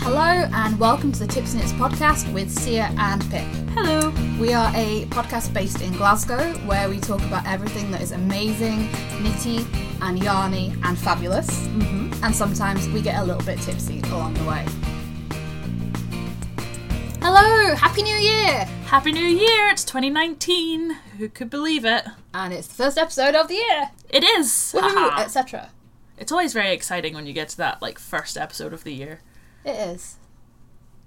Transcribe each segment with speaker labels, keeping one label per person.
Speaker 1: and welcome to the Tips and Hits podcast with Sia and Pip.
Speaker 2: Hello.
Speaker 1: We are a podcast based in Glasgow where we talk about everything that is amazing, nitty and yarny and fabulous, and sometimes we get a little bit tipsy along the way. Hello, Happy New Year!
Speaker 2: Happy New Year. It's 2019. Who could believe it?
Speaker 1: And it's the first episode of the year!
Speaker 2: It is.
Speaker 1: Woohoo!
Speaker 2: Haha.
Speaker 1: Etc.
Speaker 2: It's always very exciting when you get to that like first episode of the year.
Speaker 1: It is.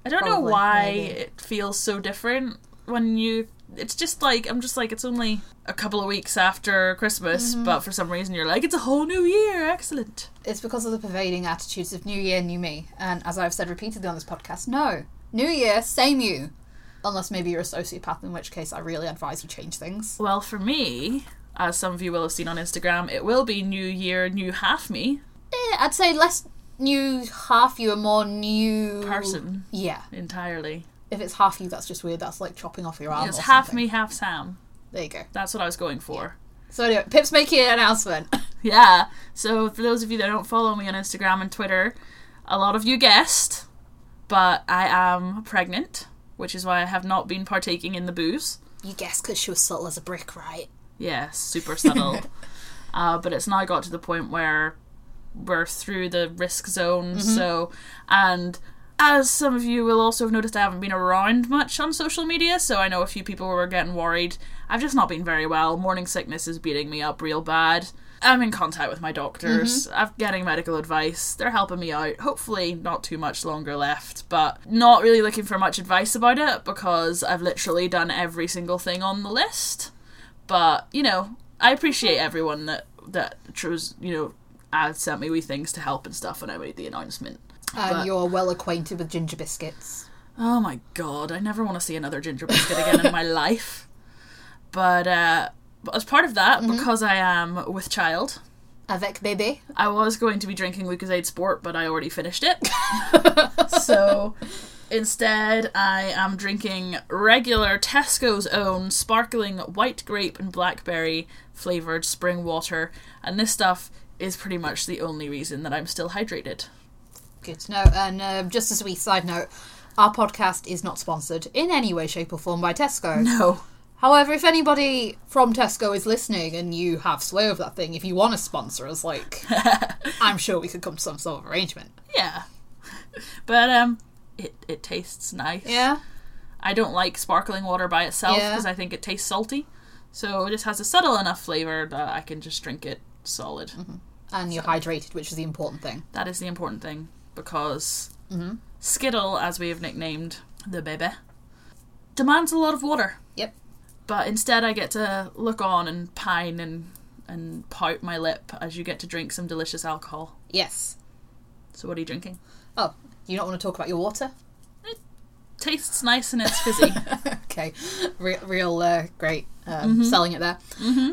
Speaker 2: I don't know
Speaker 1: Probably,
Speaker 2: why
Speaker 1: maybe.
Speaker 2: it feels so different when you it's just like I'm just like it's only a couple of weeks after Christmas,
Speaker 1: Mm-hmm.
Speaker 2: but for some reason you're like it's a whole new year. Excellent.
Speaker 1: It's because of the pervading attitudes of New Year, New Me. And as I've said repeatedly on this podcast, no. New Year, same you. Unless maybe you're a sociopath, in which case I really advise you change things.
Speaker 2: Well, for me, as some of you will have seen on Instagram, it will be new year, new half me
Speaker 1: Eh, I'd say less new half you and more new.
Speaker 2: person
Speaker 1: Yeah.
Speaker 2: entirely.
Speaker 1: If it's half you, that's just weird. That's like chopping off your arm.
Speaker 2: It's
Speaker 1: or
Speaker 2: half
Speaker 1: something.
Speaker 2: me, half Sam.
Speaker 1: There you go.
Speaker 2: That's what I was going for.
Speaker 1: So anyway, Pip's making an announcement.
Speaker 2: Yeah. So for those of you that don't follow me on Instagram and Twitter, a lot of you guessed, but I am pregnant, which is why I have not been partaking in the booze.
Speaker 1: you guessed because she was subtle as a brick, right?
Speaker 2: Yeah, super subtle. uh, but it's now got to the point where we're through the risk zone. So, and as some of you will also have noticed, I haven't been around much on social media. So I know a few people were getting worried. I've just not been very well. Morning sickness is beating me up real bad. I'm in contact with my doctors. I'm getting medical advice. They're helping me out. Hopefully, not too much longer left, but not really looking for much advice about it because I've literally done every single thing on the list but you know i appreciate everyone that that chose you know uh, sent me wee things to help and stuff when i made the announcement
Speaker 1: And
Speaker 2: But-
Speaker 1: you're well acquainted with ginger biscuits.
Speaker 2: oh my god i never want to see another ginger biscuit again in my life but uh but as part of that because i am with child
Speaker 1: Avec bébé.
Speaker 2: i was going to be drinking lucasade sport but i already finished it so instead i am drinking regular tesco's own sparkling white grape and blackberry flavored spring water and this stuff is pretty much the only reason that i'm still hydrated
Speaker 1: Good to know. And uh, just as a wee side note, our podcast is not sponsored in any way, shape, or form by Tesco.
Speaker 2: no
Speaker 1: However, if anybody from Tesco is listening and you have sway over that thing, if you want to sponsor us, like, I'm sure we could come to some sort of arrangement.
Speaker 2: yeah but um it, it tastes nice
Speaker 1: Yeah.
Speaker 2: i don't like sparkling water by itself
Speaker 1: Yeah.
Speaker 2: because i think it tastes salty so it just has a subtle enough flavor that i can just drink it solid
Speaker 1: Mm-hmm. And you're hydrated, which is the important thing.
Speaker 2: That is the important thing because
Speaker 1: Mm-hmm.
Speaker 2: Skittle, as we have nicknamed the baby, demands a lot of water.
Speaker 1: Yep.
Speaker 2: But instead, I get to look on and pine and and pout my lip as you get to drink some delicious alcohol.
Speaker 1: Yes.
Speaker 2: So what are you drinking?
Speaker 1: Oh, you don't want to talk about your water?
Speaker 2: Tastes nice and it's fizzy.
Speaker 1: okay. Re- real uh, great um, selling it there.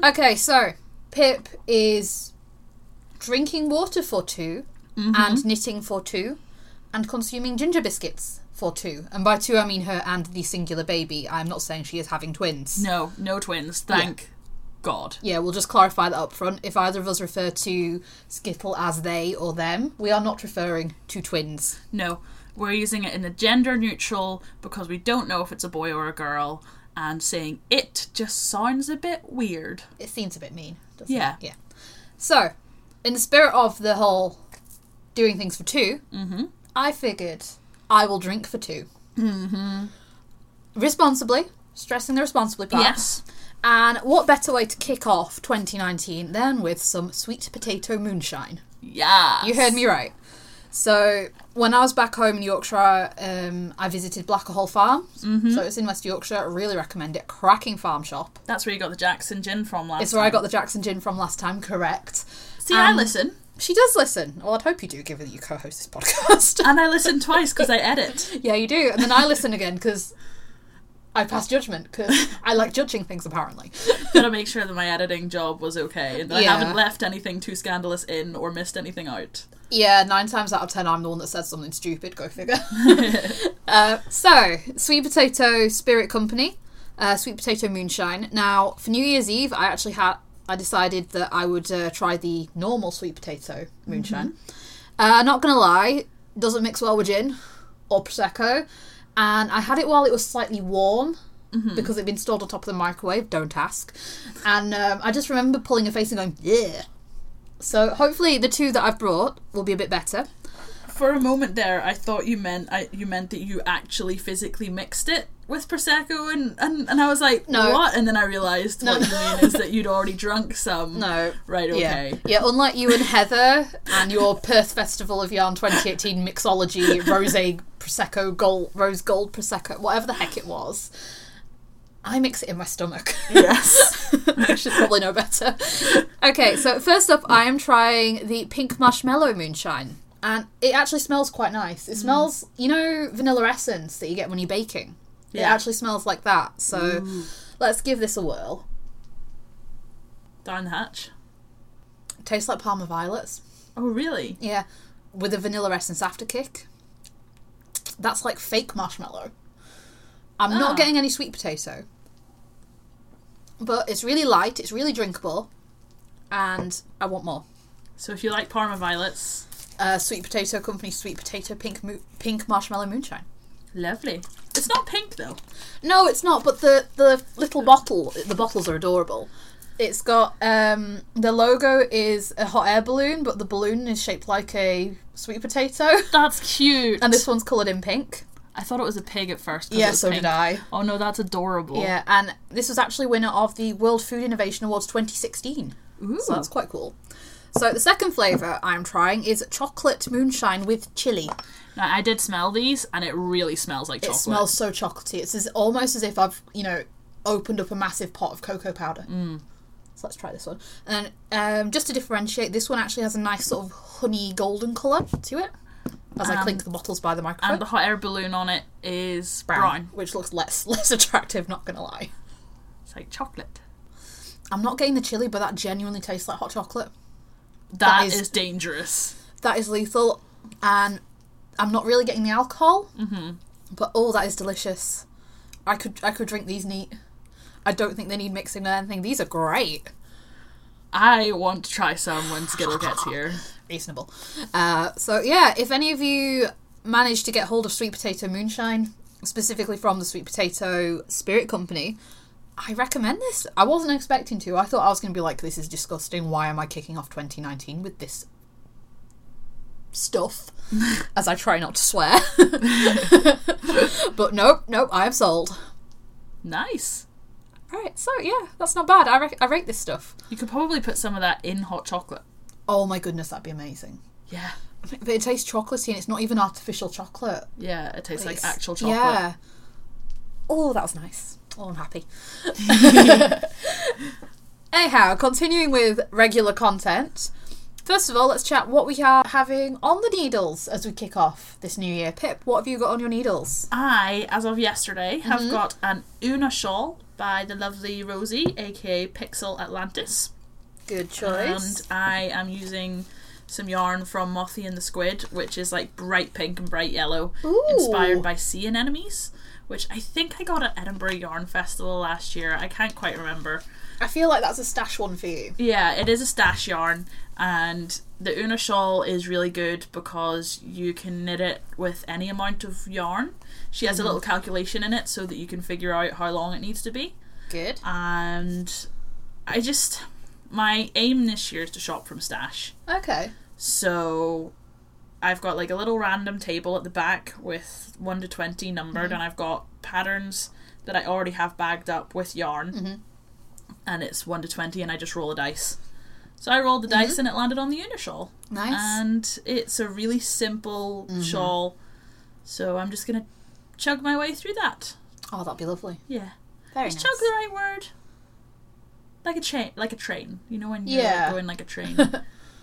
Speaker 1: Okay, so Pip is drinking water for 2 and knitting for two and consuming ginger biscuits for two. And by two, I mean her and the singular baby. I'm not saying she is having twins.
Speaker 2: no, no twins. Thank God.
Speaker 1: Yeah, we'll just clarify that up front. If either of us refer to Skittle as they or them, we are not referring to twins.
Speaker 2: No, we're using it in a gender neutral because we don't know if it's a boy or a girl, and saying it just sounds a bit weird.
Speaker 1: It seems a bit mean, doesn't
Speaker 2: Yeah.
Speaker 1: it? Yeah. So, in the spirit of the whole doing things for 2 mm-hmm. I figured I will drink for 2 Mm-hmm. Responsibly, stressing the responsibly part.
Speaker 2: Yes.
Speaker 1: And what better way to kick off 2019 than with some sweet potato moonshine?
Speaker 2: Yeah.
Speaker 1: You heard me right. So when I was back home in Yorkshire, um, I visited Blackahole Farm. So it's in West Yorkshire. I really recommend it. Cracking farm shop.
Speaker 2: That's where you got the Jackson gin from last.
Speaker 1: It's where I
Speaker 2: time.
Speaker 1: got the Jackson gin from last time. Correct. Um,
Speaker 2: See, I listen,
Speaker 1: She does listen. Well, I'd hope you do, given that you co-host this podcast.
Speaker 2: and I listen twice because I edit.
Speaker 1: yeah, you do. And then I listen again because I pass judgment because I like judging things. Apparently.
Speaker 2: Gotta make sure that my editing job was okay and that
Speaker 1: Yeah.
Speaker 2: I haven't left anything too scandalous in or missed anything out.
Speaker 1: Yeah, nine times out of ten, I'm the one that says something stupid. Go figure. uh, so, Sweet Potato Spirit Company, uh, Sweet Potato Moonshine. Now, for New Year's Eve, I actually had I decided that I would uh, try the normal sweet potato moonshine. Uh, not gonna lie, doesn't mix well with gin. or prosecco, and I had it while it was slightly warm. Because it'd been stored on top of the microwave, don't ask. And um, I just remember pulling a face and going, yeah. So hopefully the two that I've brought will be a bit better.
Speaker 2: For a moment there, I thought you meant I, you meant that you actually physically mixed it with prosecco, and and, and I was like,
Speaker 1: No.
Speaker 2: what? And then I realized what you mean is that you'd already drunk some.
Speaker 1: No.
Speaker 2: Right.
Speaker 1: Yeah.
Speaker 2: Okay.
Speaker 1: Yeah, unlike you and Heather and your Perth Festival of Yarn 2018 mixology rosé prosecco gold rose gold prosecco whatever the heck it was. I mix it in my stomach.
Speaker 2: Yes.
Speaker 1: I should probably know better. Okay, so first up I am trying the pink marshmallow moonshine and it actually smells quite nice.
Speaker 2: Mm.
Speaker 1: It smells, you know, vanilla essence that you get when you're baking. It
Speaker 2: Yeah.
Speaker 1: actually smells like that. So let's give this a whirl.
Speaker 2: Down the hatch.
Speaker 1: tastes like Parma violets.
Speaker 2: Oh really?
Speaker 1: Yeah, with a vanilla essence afterkick. That's like fake marshmallow. I'm
Speaker 2: Ah.
Speaker 1: not getting any sweet potato. But it's really light, it's really drinkable, and I want more.
Speaker 2: So if you like Parma violets,
Speaker 1: Uh, sweet Potato Company Sweet Potato Pink Mo- Pink Marshmallow Moonshine.
Speaker 2: lovely. It's not pink though.
Speaker 1: No, it's not, but the, the little bottle, the bottles are adorable. It's got, um, the logo is a hot air balloon, but the balloon is shaped like a sweet potato,
Speaker 2: That's cute.
Speaker 1: and this one's coloured in pink.
Speaker 2: I thought it was a pig at first. 'cause it
Speaker 1: Yeah,
Speaker 2: was
Speaker 1: so
Speaker 2: pink.
Speaker 1: did I.
Speaker 2: Oh no, that's adorable.
Speaker 1: Yeah, and this was actually winner of the World Food Innovation Awards 2016.
Speaker 2: Ooh.
Speaker 1: So that's quite cool. So the second flavour I'm trying is chocolate moonshine with chili.
Speaker 2: Now, I did smell these, and it really smells like
Speaker 1: It
Speaker 2: chocolate.
Speaker 1: smells so chocolatey. It's as, almost as if I've, you know, opened up a massive pot of cocoa powder.
Speaker 2: Mm.
Speaker 1: So let's try this one. And um, just to differentiate, this one actually has a nice sort of honey golden colour to it. As I clink the bottles by the microphone.
Speaker 2: Um, and the hot air balloon on it is brown.
Speaker 1: Which looks less less attractive, not gonna lie.
Speaker 2: It's like chocolate.
Speaker 1: I'm not getting the chili, but that genuinely tastes like hot chocolate.
Speaker 2: that is,
Speaker 1: is-
Speaker 2: dangerous.
Speaker 1: that is lethal and i'm not really getting the alcohol mm-hmm. but oh that is delicious i could i could drink these neat i don't think they need mixing with anything these are great
Speaker 2: I want to try some when Skittle gets here.
Speaker 1: reasonable uh, so yeah if any of you manage to get hold of sweet potato moonshine specifically from the sweet potato spirit company i recommend this i wasn't expecting to i thought i was going to be like this is disgusting why am i kicking off 2019 with this stuff as I try not to swear. but nope, nope, I am sold.
Speaker 2: Nice.
Speaker 1: Right, so yeah, that's not bad. I, rec- I rate this stuff.
Speaker 2: You could probably put some of that in hot chocolate.
Speaker 1: Oh my goodness, that'd be amazing.
Speaker 2: Yeah.
Speaker 1: But it tastes chocolatey and it's not even artificial chocolate.
Speaker 2: Yeah, it tastes
Speaker 1: It's-
Speaker 2: like actual chocolate.
Speaker 1: Yeah. Oh, that was nice. Oh, I'm happy. Anyhow, continuing with regular content. First of all, let's chat what we are having on the needles as we kick off this new year. Pip, what have you got on your needles?
Speaker 2: I, as of yesterday, have
Speaker 1: Mm-hmm.
Speaker 2: got an Una shawl by the lovely Rosie, aka Pixel Atlantis.
Speaker 1: Good choice.
Speaker 2: And I am using some yarn from Mothie and the Squid, which is like bright pink and bright yellow,
Speaker 1: Ooh.
Speaker 2: inspired by sea anemones, which I think I got at Edinburgh Yarn Festival last year. I can't quite remember.
Speaker 1: I feel like that's a stash one for you.
Speaker 2: Yeah, it is a stash yarn, and the Una shawl is really good because you can knit it with any amount of yarn. She has a little calculation in it so that you can figure out how long it needs to be
Speaker 1: Good.
Speaker 2: and I just my aim this year is to shop from Stash.
Speaker 1: Okay.
Speaker 2: So I've got like a little random table at the back with 1 to 20 numbered
Speaker 1: Mm-hmm.
Speaker 2: and I've got patterns that I already have bagged up with yarn.
Speaker 1: Mm-hmm.
Speaker 2: And it's 1 to 20 and I just roll a dice. So I rolled the dice and it landed on the Unishawl.
Speaker 1: Mm-hmm. Nice. Mm-hmm.
Speaker 2: And it's a really simple shawl. So I'm just going to chug my way through that.
Speaker 1: oh, that'd be lovely.
Speaker 2: Yeah.
Speaker 1: Very
Speaker 2: Is chug the right word? Like a chain, like a train. You know when you're like,
Speaker 1: Yeah.
Speaker 2: going like a train.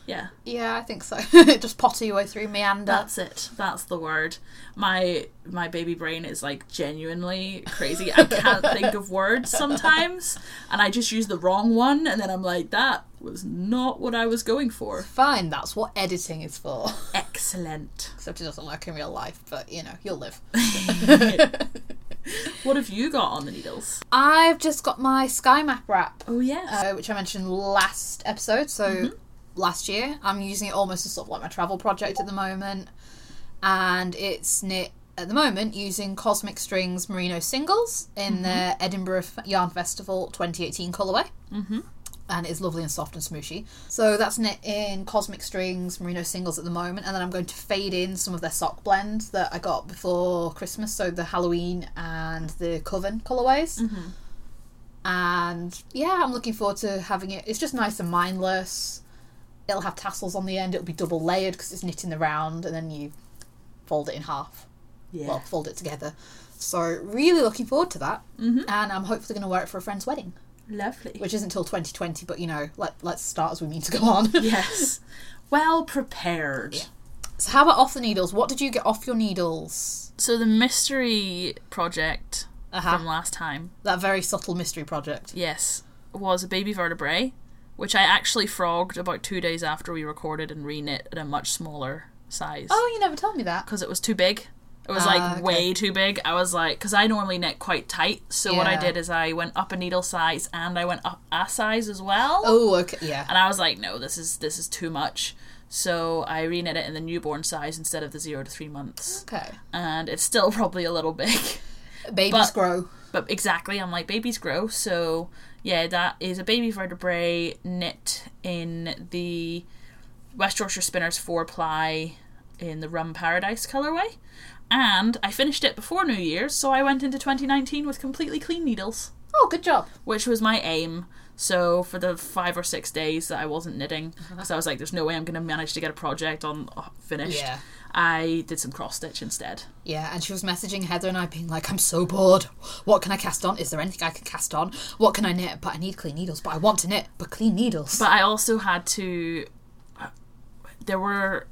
Speaker 2: yeah,
Speaker 1: Yeah, I think so. Just potter your way through meander.
Speaker 2: that's it. That's the word. My my baby brain is like genuinely crazy. I can't think of words sometimes, and I just use the wrong one, and then I'm like, that was not what I was going for.
Speaker 1: Fine, that's what editing is for.
Speaker 2: Excellent.
Speaker 1: Except it doesn't work in real life, but you know, you'll live.
Speaker 2: What have you got on the needles?
Speaker 1: I've just got my sky map wrap,
Speaker 2: Oh yes.
Speaker 1: uh, which I mentioned last episode, so last year. I'm using it almost as sort of like my travel project at the moment. And it's knit at the moment using Cosmic Strings merino singles in their Edinburgh F- Yarn Festival 2018 colorway. Mm-hmm. And it's lovely and soft and smooshy. So that's knit in Cosmic Strings merino singles at the moment. And then I'm going to fade in some of their sock blends that I got before Christmas. So the Halloween and the Coven colorways. And yeah, I'm looking forward to having it. It's just nice and mindless. It'll have tassels on the end. It'll be double layered because it's knit in the round, and then you fold it in half.
Speaker 2: Yeah.
Speaker 1: Well, fold it together. So really looking forward to that. Mm-hmm. And I'm hopefully going to wear it for a friend's wedding,
Speaker 2: Lovely.
Speaker 1: which isn't till 2020. But you know, let let's start as we mean to go on.
Speaker 2: Yes. Well prepared.
Speaker 1: so how about off the needles? What did you get off your needles?
Speaker 2: So the mystery project
Speaker 1: Uh-huh.
Speaker 2: from last time,
Speaker 1: That very subtle mystery project.
Speaker 2: yes, was a baby vertebrae, which I actually frogged about two days after we recorded and re-knit at a much smaller size.
Speaker 1: Oh, you never told me that.
Speaker 2: because it was too big. It was
Speaker 1: Ah,
Speaker 2: like
Speaker 1: okay.
Speaker 2: way too big. I was like, because I normally knit quite tight. So what I
Speaker 1: Yeah.
Speaker 2: did is I went up a needle size and I went up a size as well.
Speaker 1: Oh, okay. Yeah.
Speaker 2: And I was like, no, this is this is too much. So I re-knit it in the newborn size instead of the zero to three months.
Speaker 1: Okay.
Speaker 2: And it's still probably a little big,
Speaker 1: Babies
Speaker 2: But-
Speaker 1: grow.
Speaker 2: but exactly, I'm like babies grow. So yeah, that is a baby vertebrae knit in the West Yorkshire Spinners four ply in the Rum Paradise colorway. And I finished it before New Year's, so I went into 2019 with completely clean needles,
Speaker 1: Oh, good job.
Speaker 2: which was my aim. So for the five or six days that I wasn't knitting, because I was like, "There's no way I'm going to manage to get a project on oh, finished,"
Speaker 1: Yeah.
Speaker 2: I did some cross stitch instead.
Speaker 1: Yeah, and she was messaging Heather and I being like, I'm so bored. What can I cast on? Is there anything I can cast on? What can I knit? But I need clean needles. But I want to knit, but clean needles.
Speaker 2: But I also had to. There were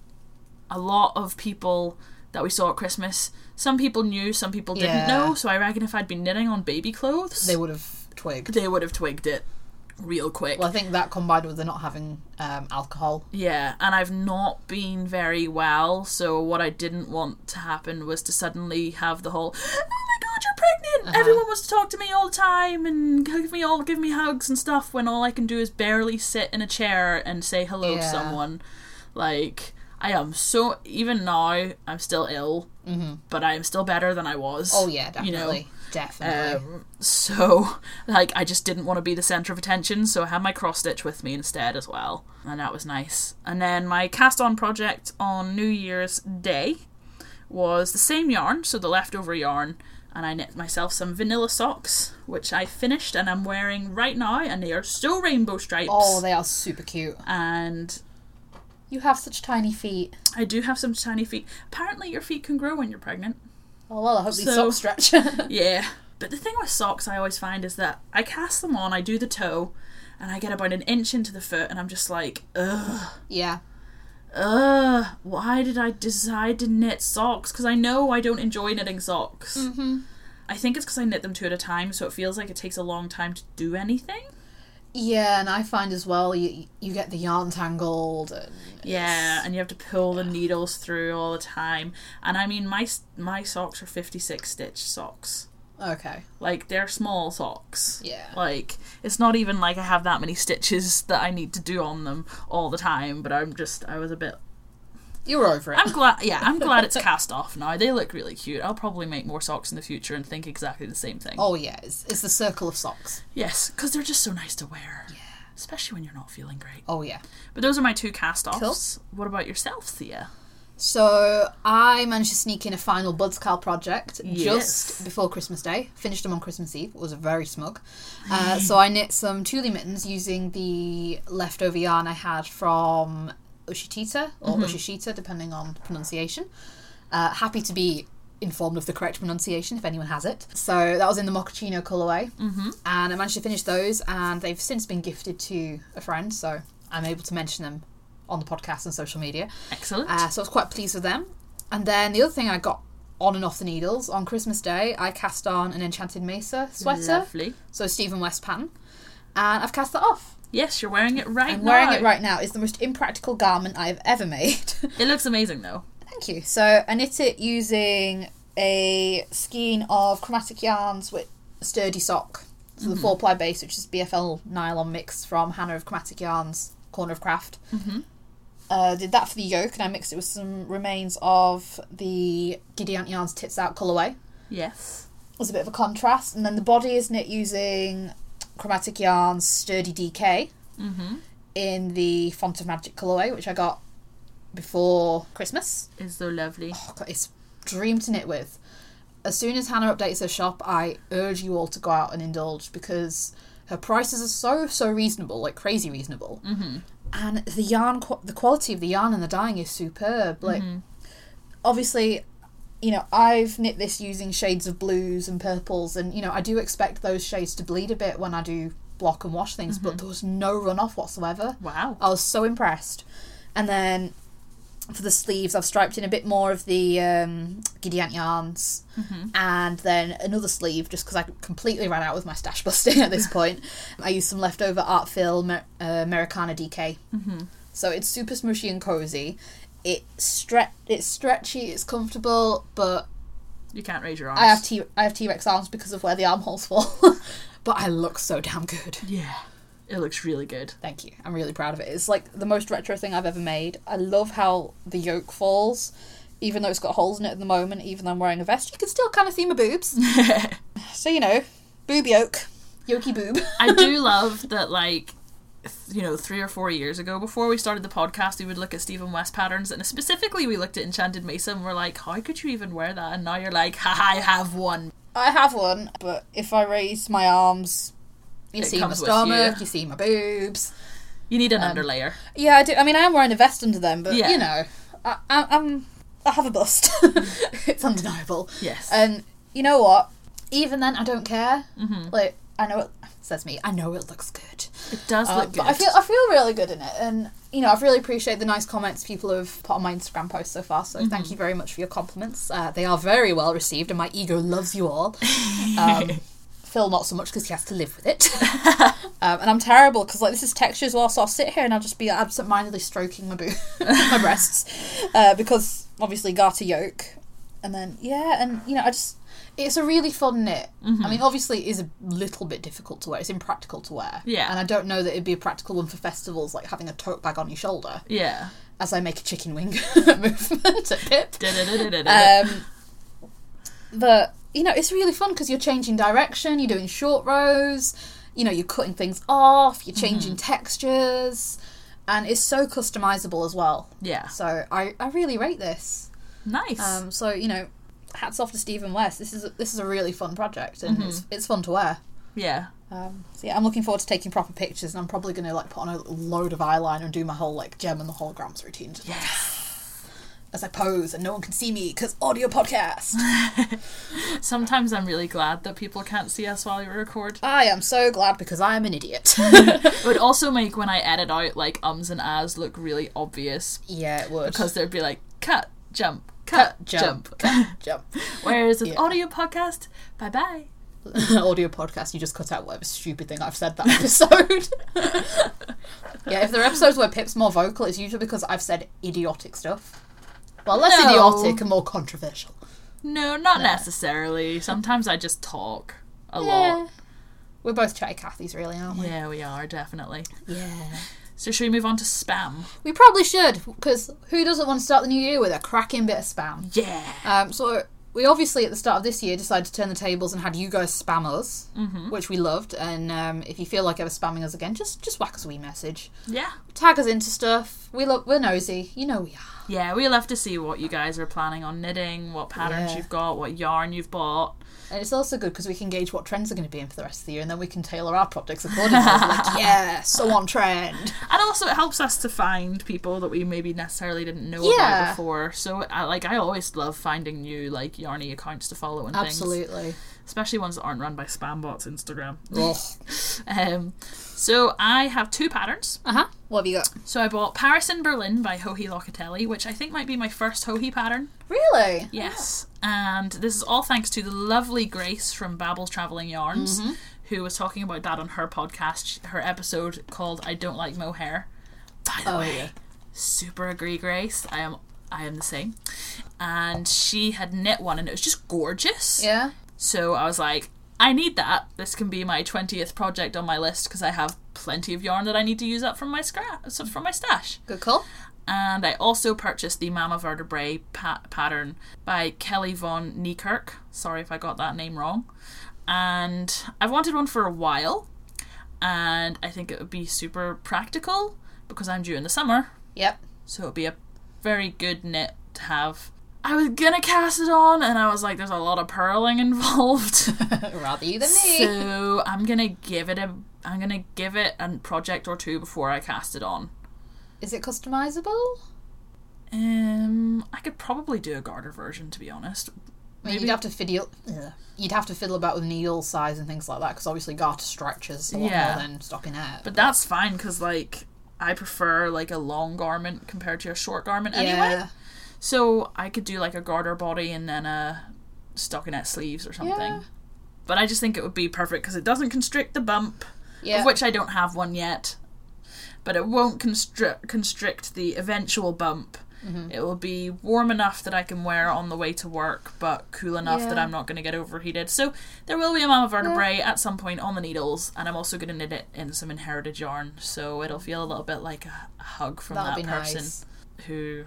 Speaker 2: a lot of people that we saw at Christmas. Some people knew, some people
Speaker 1: Yeah.
Speaker 2: didn't know. So I reckon if I'd been knitting on baby clothes,
Speaker 1: they
Speaker 2: they,
Speaker 1: would have twigged.
Speaker 2: would have twigged it real quick.
Speaker 1: Well, I think that combined with the not having um, alcohol.
Speaker 2: Yeah, and I've not been very well. So what I didn't want to happen was to suddenly have the whole. Oh my god, you're pregnant!
Speaker 1: Uh-huh.
Speaker 2: Everyone wants to talk to me all the time and give me all give me hugs and stuff. When all I can do is barely sit in a chair and say hello to
Speaker 1: Yeah.
Speaker 2: someone. Like I am so even now, I'm still ill, but I am still better than I was.
Speaker 1: Mm-hmm. Oh, yeah,
Speaker 2: you
Speaker 1: definitely.
Speaker 2: know?
Speaker 1: definitely.
Speaker 2: Um, so, like, I just didn't want to be the center of attention, so I had my cross stitch with me instead as well, and that was nice. And then my cast on project on New Year's Day was the same yarn, so the leftover yarn, and I knit myself some vanilla socks, which I finished and I'm wearing right now, and they are so rainbow stripes.
Speaker 1: oh, they are super cute.
Speaker 2: and
Speaker 1: You have such tiny feet.
Speaker 2: I do have some tiny feet. Apparently, your feet can grow when you're pregnant.
Speaker 1: Oh, well, I hope these
Speaker 2: So-
Speaker 1: socks stretch.
Speaker 2: Yeah. But the thing with socks I always find is that I cast them on, I do the toe, and I get about an inch into the foot, and I'm just like, ugh,
Speaker 1: yeah.
Speaker 2: ugh, why did I decide to knit socks? Because I know I don't enjoy knitting socks. Mm-hmm. I think it's because I knit them two at a time, so it feels like it takes a long time to do anything.
Speaker 1: Yeah, and I find as well you you get the yarn tangled. And
Speaker 2: Yeah, and you have to pull the needles through all the time. And I mean, my s- my socks are 56 stitch socks.
Speaker 1: Okay.
Speaker 2: Like they're small socks.
Speaker 1: Yeah.
Speaker 2: Like it's not even like I have that many stitches that I need to do on them all the time, but I'm just I was a bit
Speaker 1: You were over it.
Speaker 2: I'm glad yeah, I'm glad it's cast off now. They look really cute. I'll probably make more socks in the future and think exactly the same thing.
Speaker 1: oh, yeah. It's, it's the circle of socks.
Speaker 2: Yes, cuz they're just so nice to wear. Yeah. Especially when you're not feeling great.
Speaker 1: Oh, yeah.
Speaker 2: But those are my two cast offs. What about yourself, Thea?
Speaker 1: So I managed to sneak in a final Budscal project
Speaker 2: Yes.
Speaker 1: just before Christmas Day. Finished them on Christmas Eve. It was very smug. Uh, so I knit some tule mittens using the leftover yarn I had from Ushitita or Ushishita, depending on pronunciation. Uh, happy to be informed of the correct pronunciation if anyone has it. So that was in the mochaccino colorway, mm-hmm. and I managed to finish those, and they've since been gifted to a friend. So I'm able to mention them on the podcast and social media.
Speaker 2: Excellent.
Speaker 1: Uh, so I was quite pleased with them. And then the other thing I got on and off the needles on Christmas Day, I cast on an Enchanted Mesa sweater.
Speaker 2: Lovely.
Speaker 1: So Stephen West pattern. And I've cast that off.
Speaker 2: Yes, you're wearing it right
Speaker 1: I'm
Speaker 2: now.
Speaker 1: wearing it right now. It's the most impractical garment I've ever made.
Speaker 2: It looks amazing though.
Speaker 1: Thank you. So I knit it using a skein of chromatic yarns with sturdy sock. So the four ply base, which is BFL nylon mix from Hannah of Chromatic Yarns, Corner of Craft. Uh, did that for the yolk, and I mixed it with some remains of the Giddy Aunt Yarn's Tits Out colourway.
Speaker 2: Yes.
Speaker 1: As a bit of a contrast, and then the body is knit using Chromatic Yarn's Sturdy DK in the Font of Magic colourway, which I got before Christmas.
Speaker 2: Is so lovely.
Speaker 1: Oh, God, it's a dream to knit with. As soon as Hannah updates her shop, I urge you all to go out and indulge because her prices are so so reasonable, like crazy reasonable. Mm-hmm. And the yarn, qu- the quality of the yarn and the dyeing is superb. Like, obviously, you know, I've knit this using shades of blues and purples, and you know, I do expect those shades to bleed a bit when I do block and wash things, but there was no runoff whatsoever.
Speaker 2: Wow.
Speaker 1: I was so impressed. And then for the sleeves, I've striped in a bit more of the um, Giddy Aunt Yarns and then another sleeve just because I completely ran out with my stash busting at this point. I used some leftover Art Phil Mer- uh, Americana DK. So it's super smushy and cozy. It stre- it's stretchy, it's comfortable, but
Speaker 2: You can't raise your
Speaker 1: I have
Speaker 2: arms.
Speaker 1: T I have T Rex arms because of where the armholes fall. but I look so damn good.
Speaker 2: yeah. It looks really good.
Speaker 1: Thank you. I'm really proud of it. It's like the most retro thing I've ever made. I love how the yoke falls, even though it's got holes in it at the moment, even though I'm wearing a vest. You can still kind of see my boobs. so, you know, boob yoke. Yoky boob.
Speaker 2: I do love that, like, th- you know, three or four years ago, before we started the podcast, we would look at Stephen West patterns, and specifically, we looked at Enchanted Mesa, and we're like, how could you even wear that? And now you're like, ha, I have one.
Speaker 1: I have one, but if I raise my arms, you
Speaker 2: It
Speaker 1: see my
Speaker 2: comes with
Speaker 1: stomach,
Speaker 2: you.
Speaker 1: you. see my boobs.
Speaker 2: You need an
Speaker 1: Um,
Speaker 2: underlayer.
Speaker 1: Yeah, I do. I mean, I am wearing a vest under them, but
Speaker 2: Yeah.
Speaker 1: you know, I, I, I'm I have a bust. it's undeniable.
Speaker 2: Mm-hmm. Yes.
Speaker 1: And you know what? Even then, I don't care. Mm-hmm. Like I know it says me. I know it looks good.
Speaker 2: It does
Speaker 1: Uh,
Speaker 2: look good.
Speaker 1: But I feel I feel really good in it, and you know I've really appreciated the nice comments people have put on my Instagram post so far. So
Speaker 2: Mm-hmm.
Speaker 1: thank you very much for your compliments. Uh, they are very well received, and my ego loves you all. Um, Phil not so much because he has to live with it, um, and I'm terrible because like this is texture as well. So I'll sit here and I'll just be absent-mindedly stroking my boo, my breasts, uh, because obviously garter yoke, and then yeah, and you know I just. It's a really fun knit. I mean, obviously, it is a little bit difficult to wear. It's impractical to wear.
Speaker 2: Yeah.
Speaker 1: And I don't know that it'd be a practical one for festivals, like having a tote bag on your shoulder
Speaker 2: yeah.
Speaker 1: as I make a chicken wing movement at Pip.
Speaker 2: Da-da-da-da-da-da.
Speaker 1: Um, but, you know, it's really fun because you're changing direction, you're doing short rows, you know, you're cutting things off, you're changing textures, and it's so customizable as well.
Speaker 2: yeah.
Speaker 1: So I, I really rate this.
Speaker 2: Nice.
Speaker 1: Um, so you know, hats off to Stephen West. This is this is a really fun project, and it's it's fun to wear.
Speaker 2: yeah.
Speaker 1: Um, so yeah, I'm looking forward to taking proper pictures, and I'm probably going to like put on a load of eyeliner and do my whole like gem and the holograms routine just as I pose, and no one can see me because audio podcast.
Speaker 2: Sometimes I'm really glad that people can't see us while we record.
Speaker 1: I am so glad because I am an idiot.
Speaker 2: It would also make when I edit out like ums and ahs look really obvious
Speaker 1: yeah, it would.
Speaker 2: because there'd be like cut, jump, cut,
Speaker 1: Cut, jump,
Speaker 2: jump.
Speaker 1: cut, jump.
Speaker 2: Whereas with
Speaker 1: Yeah.
Speaker 2: audio podcast, bye bye.
Speaker 1: audio podcast, you just cut out whatever stupid thing I've said that episode. yeah, if there are episodes where Pip's more vocal, it's usually because I've said idiotic stuff. Well, less
Speaker 2: No.
Speaker 1: idiotic and more controversial.
Speaker 2: No, not necessarily. Sometimes I just talk a lot.
Speaker 1: We're both chatty Cathys, really, aren't we?
Speaker 2: Yeah, we are definitely.
Speaker 1: Yeah.
Speaker 2: So should we move on to spam?
Speaker 1: We probably should, because who doesn't want to start the new year with a cracking bit of spam?
Speaker 2: Yeah.
Speaker 1: Um, so we obviously at the start of this year decided to turn the tables and had you guys spam us, which we loved. And um, if you feel like ever spamming us again, just just whack us a wee message.
Speaker 2: Yeah.
Speaker 1: tag us into stuff. We look, we're nosy. You know we are.
Speaker 2: Yeah, we love to see what you guys are planning on knitting, what patterns
Speaker 1: Yeah.
Speaker 2: you've got, what yarn you've bought.
Speaker 1: And it's also good because we can gauge what trends are going to be in for the rest of the year, and then we can tailor our products accordingly. like, yeah, so on trend.
Speaker 2: and also it helps us to find people that we maybe necessarily didn't know
Speaker 1: Yeah.
Speaker 2: about before. So, I, like, I always love finding new like yarny accounts to follow and things,
Speaker 1: Absolutely.
Speaker 2: especially ones that aren't run by spam bots Instagram.
Speaker 1: uh
Speaker 2: um, so I have two patterns.
Speaker 1: huh. Uh-huh. What have you got?
Speaker 2: So I bought Paris in Berlin by Hohe Locatelli, which I think might be my first Hohe pattern.
Speaker 1: Really?
Speaker 2: Yes, and this is all thanks to the lovely Grace from Babel's Traveling Yarns,
Speaker 1: Mm-hmm.
Speaker 2: who was talking about that on her podcast, sh- her episode called "I Don't Like Mohair." By the
Speaker 1: Oh,
Speaker 2: way,
Speaker 1: yeah.
Speaker 2: super agree, Grace. I am, I am the same. And she had knit one, and it was just gorgeous.
Speaker 1: Yeah.
Speaker 2: So I was like, I need that. This can be my twentieth project on my list because I have plenty of yarn that I need to use up from my scrap, so from my stash.
Speaker 1: Good call.
Speaker 2: And I also purchased the Mama Vertebrae pa- pattern by Kelly von Niekirk. Sorry if I got that name wrong. And I've wanted one for a while, and I think it would be super practical because I'm due in the summer,
Speaker 1: Yep.
Speaker 2: so it would be a very good knit to have. I was gonna cast it on, and I was like, there's a lot of purling involved.
Speaker 1: Rather you than me.
Speaker 2: So I'm gonna give it a I'm gonna give it a project or two before I cast it on.
Speaker 1: Is it customizable?
Speaker 2: Um, I could probably do a garter version to be honest.
Speaker 1: I mean, you'd have to fiddle. ugh. You'd have to fiddle about with needle size and things like that because obviously garter stretches a lot
Speaker 2: Yeah.
Speaker 1: more than stocking hair.
Speaker 2: But that's fine because like I prefer like a long garment compared to a short garment anyway.
Speaker 1: yeah,
Speaker 2: So I could do like a garter body and then a stockinette sleeves or something.
Speaker 1: Yeah.
Speaker 2: But I just think it would be perfect because it doesn't constrict the bump,
Speaker 1: yeah,
Speaker 2: of which I don't have one yet. But it won't constrict constrict the eventual bump.
Speaker 1: Mm-hmm.
Speaker 2: It will be warm enough that I can wear on the way to work, but cool enough that
Speaker 1: Yeah.
Speaker 2: I'm not going to get overheated. So there will be a mama vertebrae at some point on the needles, and I'm also going to knit it in some inherited yarn, so it'll feel a little bit like a a hug from
Speaker 1: that'd
Speaker 2: that
Speaker 1: be
Speaker 2: person
Speaker 1: nice.
Speaker 2: who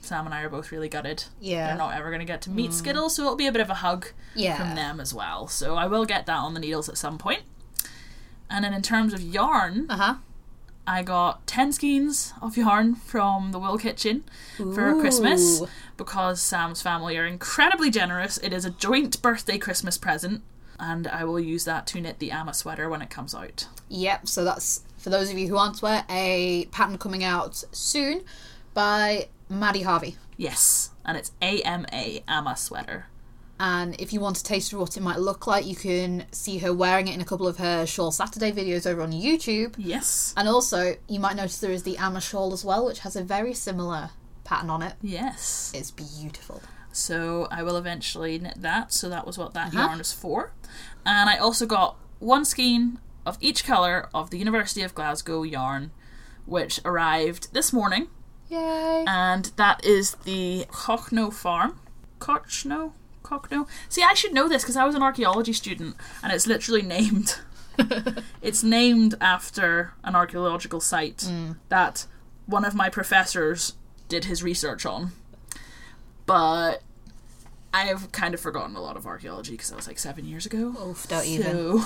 Speaker 2: Sam and I are both really gutted.
Speaker 1: Yeah, Mm.
Speaker 2: They're not ever going to get to meet Skittle, so it'll be a bit of a hug
Speaker 1: yeah,
Speaker 2: from them as well. So I will get that on the needles at some point. And then in terms of yarn,
Speaker 1: Uh huh.
Speaker 2: I got 10 skeins of yarn from the Will Kitchen for Christmas
Speaker 1: Ooh.
Speaker 2: because Sam's family are incredibly generous. It is a joint birthday Christmas present, and I will use that to knit the Amma sweater when it comes out.
Speaker 1: Yep. So that's for those of you who aren't aware, a pattern coming out soon by Maddie Harvey.
Speaker 2: Yes, and it's AMA Amma sweater.
Speaker 1: And if you want a taste of what it might look like, you can see her wearing it in a couple of her Shawl Saturday videos over on YouTube.
Speaker 2: Yes.
Speaker 1: And also, you might notice there is the Amma shawl as well, which has a very similar pattern on it.
Speaker 2: Yes.
Speaker 1: It's beautiful.
Speaker 2: So I will eventually knit that. So that was what that yarn is for. And I also got one skein of each colour of the University of Glasgow yarn, which arrived this morning.
Speaker 1: Yay!
Speaker 2: And that is the Cochno Farm. Cochno? Cochno? See, I should know this because I was an archaeology student and it's literally named. it's named after an archaeological site that one of my professors did his research on. But I have kind of forgotten a lot of archaeology because that was like seven years ago.
Speaker 1: Oof, don't even.
Speaker 2: So,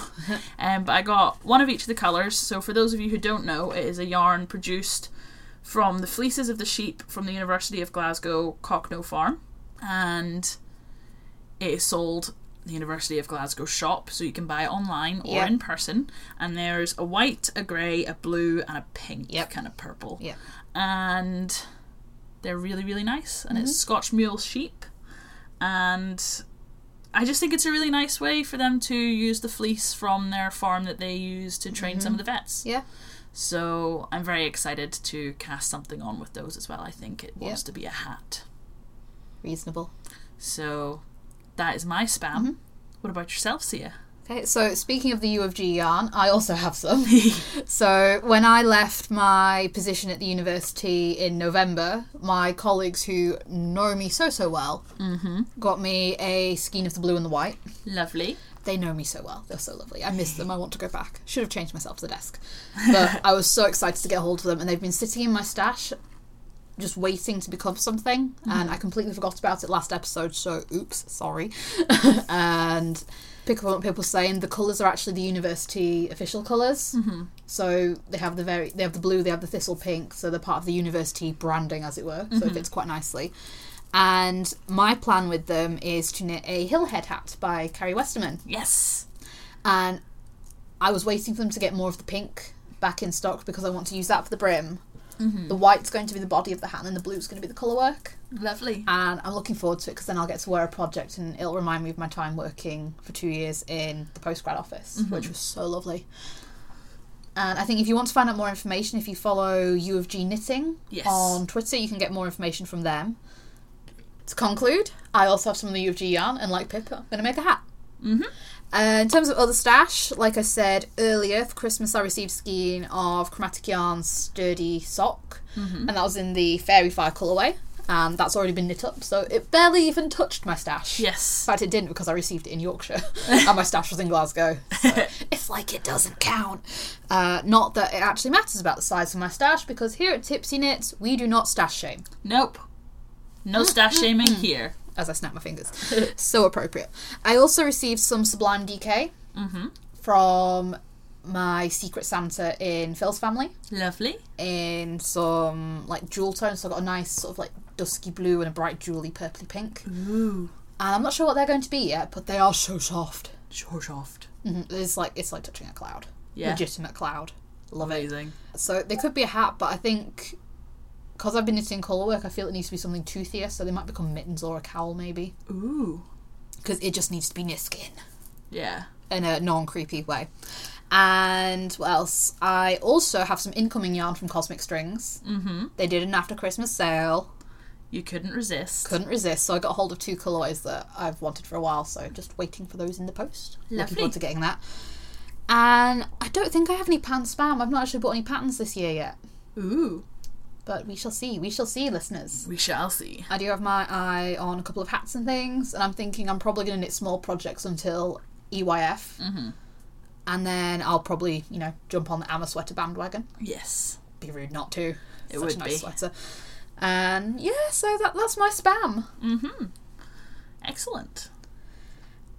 Speaker 2: um, but I got one of each of the colours. So, for those of you who don't know, it is a yarn produced from the fleeces of the sheep from the University of Glasgow Cockno Farm, and it is sold in the University of Glasgow shop, so you can buy it online or
Speaker 1: Yep.
Speaker 2: in person. And there's a white, a grey, a blue, and a pink,
Speaker 1: Yep.
Speaker 2: kind of purple,
Speaker 1: Yeah.
Speaker 2: and they're really, really nice. And it's Scotch mule sheep, and I just think it's a really nice way for them to use the fleece from their farm that they use to train some of the vets.
Speaker 1: Yeah.
Speaker 2: So I'm very excited to cast something on with those as well. I think it wants
Speaker 1: Yeah.
Speaker 2: to be a hat.
Speaker 1: Reasonable.
Speaker 2: So that is my spam. What about yourself, Sia?
Speaker 1: Okay, so speaking of the U of G yarn, I also have some. so when I left my position at the university in November, my colleagues who know me so so well got me a skein of the blue and the white.
Speaker 2: Lovely.
Speaker 1: They know me so well; they're so lovely. I miss them. I want to go back. Should have changed myself to the desk, but I was so excited to get hold of them, and they've been sitting in my stash, just waiting to become something. And I completely forgot about it last episode, so oops, sorry. and pick up on what people saying the colours are actually the university official colors Mm-hmm. So they have the very they have the blue, they have the thistle pink, so they're part of the university branding, as it were. So it fits quite nicely. And my plan with them is to knit a hill head hat by Carrie Westerman
Speaker 2: Yes.
Speaker 1: and I was waiting for them to get more of the pink back in stock because I want to use that for the brim. The white's going to be the body of the hat, and then the blue's going to be the colour work.
Speaker 2: Lovely.
Speaker 1: And I'm looking forward to it because then I'll get to wear a project, and it'll remind me of my time working for two years in the postgrad office, which was so lovely. And I think if you want to find out more information, if you follow U of G Knitting
Speaker 2: Yes.
Speaker 1: on Twitter, you can get more information from them. To conclude, I also have some of the U of G yarn, and like Pippa, I'm going to make a hat. Uh, in terms of other stash, like I said earlier, for Christmas I received a skein of Chromatic Yarn's Sturdy Sock, and that was in the Fairy Fire colourway. and that's already been knit up, so it barely even touched my stash. In
Speaker 2: Yes.
Speaker 1: fact, it didn't because I received it in Yorkshire and my stash was in Glasgow. So it's like it doesn't count. Uh, not that it actually matters about the size of my stash because here at Tipsy Knits, we do not stash shame.
Speaker 2: Nope. No stash shaming here.
Speaker 1: As I snap my fingers. so appropriate. I also received some Sublime DK
Speaker 2: Mm-hmm.
Speaker 1: from my Secret Santa in Phil's family
Speaker 2: Lovely.
Speaker 1: in some like jewel tones. So I got a nice sort of like dusky blue and a bright jewelly purpley pink.
Speaker 2: Mm-hmm. Ooh.
Speaker 1: And I'm not sure what they're going to be yet, but they are so soft.
Speaker 2: Sure soft.
Speaker 1: hmm It's like it's like touching a cloud.
Speaker 2: Yeah.
Speaker 1: Legitimate cloud. Love it.
Speaker 2: Amazing.
Speaker 1: So they could be a hat, but I think because I've been knitting colour work, I feel it needs to be something toothier. So they might become mittens or a cowl maybe,
Speaker 2: Oough.
Speaker 1: because it just needs to be near skin
Speaker 2: Yeah.
Speaker 1: in a non-creepy way. And what else? I also have some incoming yarn from Cosmic Strings.
Speaker 2: Mm-hmm.
Speaker 1: They did an after Christmas sale.
Speaker 2: You couldn't resist.
Speaker 1: Couldn't resist, so I got hold of two colourways that I've wanted for a while. So just waiting for those in the post. Looking
Speaker 2: Lovely.
Speaker 1: forward to getting that. And I don't think I have any pan spam. I've not actually bought any patterns this year yet,
Speaker 2: Ooh.
Speaker 1: but we shall see. We shall see, listeners.
Speaker 2: We shall see.
Speaker 1: I do have my eye on a couple of hats and things, and I'm thinking I'm probably going to knit small projects until EYF,
Speaker 2: Mm-hmm.
Speaker 1: and then I'll probably, you know, jump on the Amma sweater bandwagon.
Speaker 2: Yes.
Speaker 1: Be rude not to.
Speaker 2: It
Speaker 1: Such
Speaker 2: would
Speaker 1: a nice
Speaker 2: be.
Speaker 1: sweater. And yeah, so that that's my spam.
Speaker 2: Mm-hmm. Excellent.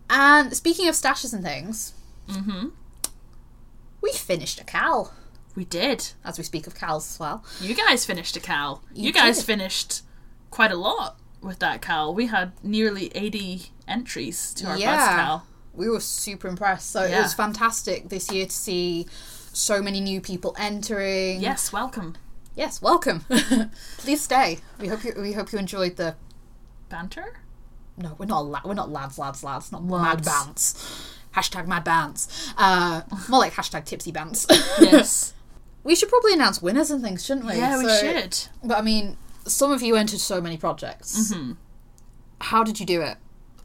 Speaker 1: And speaking of stashes and things,
Speaker 2: Mm-hmm.
Speaker 1: we finished a cowl.
Speaker 2: We did.
Speaker 1: As we speak of cowls as well,
Speaker 2: You guys finished a cowl. You,
Speaker 1: You
Speaker 2: guys
Speaker 1: did.
Speaker 2: finished quite a lot with that cowl. We had nearly 80 entries to our best
Speaker 1: Yeah.
Speaker 2: cowl.
Speaker 1: we were super impressed. So it
Speaker 2: Yeah.
Speaker 1: was fantastic this year to see so many new people entering.
Speaker 2: Yes, welcome.
Speaker 1: Yes, welcome. Please stay. We hope you. We hope you enjoyed the.
Speaker 2: Banter?
Speaker 1: No, we're not. La- we're not lads, lads, lads. Not mad
Speaker 2: Lads.
Speaker 1: bants. Hashtag mad bants. Uh, more like hashtag tipsy bants.
Speaker 2: Yes.
Speaker 1: we should probably announce winners and things, shouldn't we?
Speaker 2: yeah, we
Speaker 1: So-
Speaker 2: should.
Speaker 1: But I mean, some of you entered so many projects.
Speaker 2: Mm-hmm.
Speaker 1: How did you do it?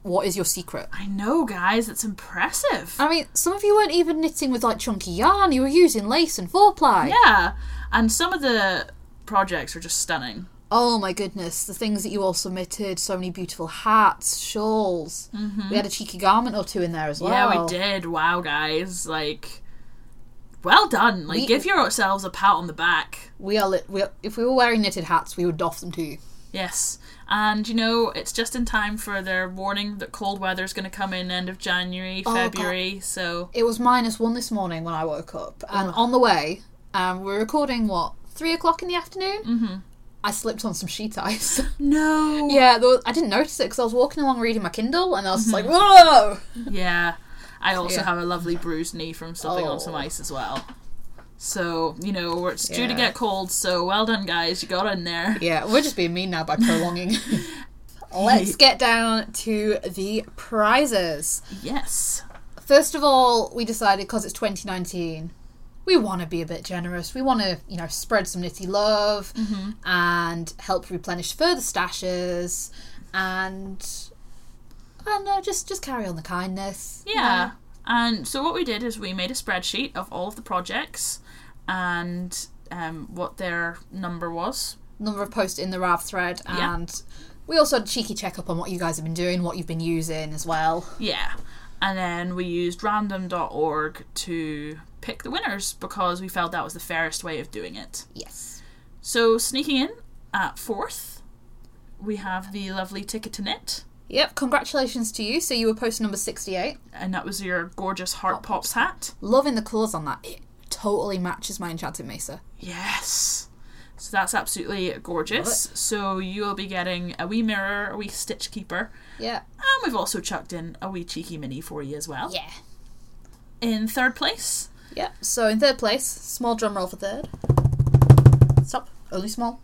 Speaker 1: What is your secret?
Speaker 2: I know, guys. It's impressive.
Speaker 1: I mean, some of you weren't even knitting with like chunky yarn. You were using lace and four ply.
Speaker 2: Yeah. And some of the projects are just stunning.
Speaker 1: Oh my goodness, the things that you all submitted! So many beautiful hats, shawls. We had a cheeky garment or two in there as well.
Speaker 2: Yeah, we did. Wow, guys. Like, well done. Like,
Speaker 1: We-
Speaker 2: give yourselves a pat on the back.
Speaker 1: We are. Li- we are if we were wearing knitted hats, we would doff them to you.
Speaker 2: Yes. And you know, it's just in time for their warning that cold weather's going to come in end of January,
Speaker 1: Oh, God.
Speaker 2: February. So,
Speaker 1: It was minus one this morning when I woke up, and on the way, um, we're recording what three o'clock in the afternoon. Mm-hmm. I slipped on some sheet ice.
Speaker 2: no. Yeah.
Speaker 1: Yeah, there was, I didn't notice it because I was walking along reading my Kindle, and I was just like, "Whoa!"
Speaker 2: I also
Speaker 1: Yeah.
Speaker 2: have a lovely bruised knee from slipping on some
Speaker 1: Oh.
Speaker 2: ice as well. So, you know, we're- it's due to
Speaker 1: Yeah.
Speaker 2: get cold. So, well done, guys. You got in there.
Speaker 1: Yeah, we're just being mean now by prolonging. Let's get down to the prizes.
Speaker 2: Yes.
Speaker 1: First of all, we decided because it's 2019, we want to be a bit generous. We want to, you know, spread some nitty love and help replenish further stashes, and I don't know, just just carry on the kindness. you
Speaker 2: Yeah.
Speaker 1: know.
Speaker 2: And so what we did is we made a spreadsheet of all of the projects and um, what their number was.
Speaker 1: number of posts in the Rav thread,
Speaker 2: Yeah.
Speaker 1: and we also had a cheeky checkup on what you guys have been doing, what you've been using as well.
Speaker 2: Yeah. And then we used random.org to pick the winners because we felt that was the fairest way of doing it.
Speaker 1: Yes.
Speaker 2: So sneaking in at fourth, we have the lovely Ticket to Knit.
Speaker 1: Yep, congratulations to you. So you were post number 68.
Speaker 2: And that was your gorgeous Heart Pops hat.
Speaker 1: Loving the colours on that. It totally matches my Enchanted Mesa.
Speaker 2: Yes. So that's absolutely gorgeous. So you'll be getting a wee mirror, a wee stitch keeper,
Speaker 1: Yeah.
Speaker 2: And we've also chucked in a wee cheeky mini for you as well.
Speaker 1: Yeah.
Speaker 2: In third place,
Speaker 1: Yep. So in third place, small drum roll for third. Stop. Only small.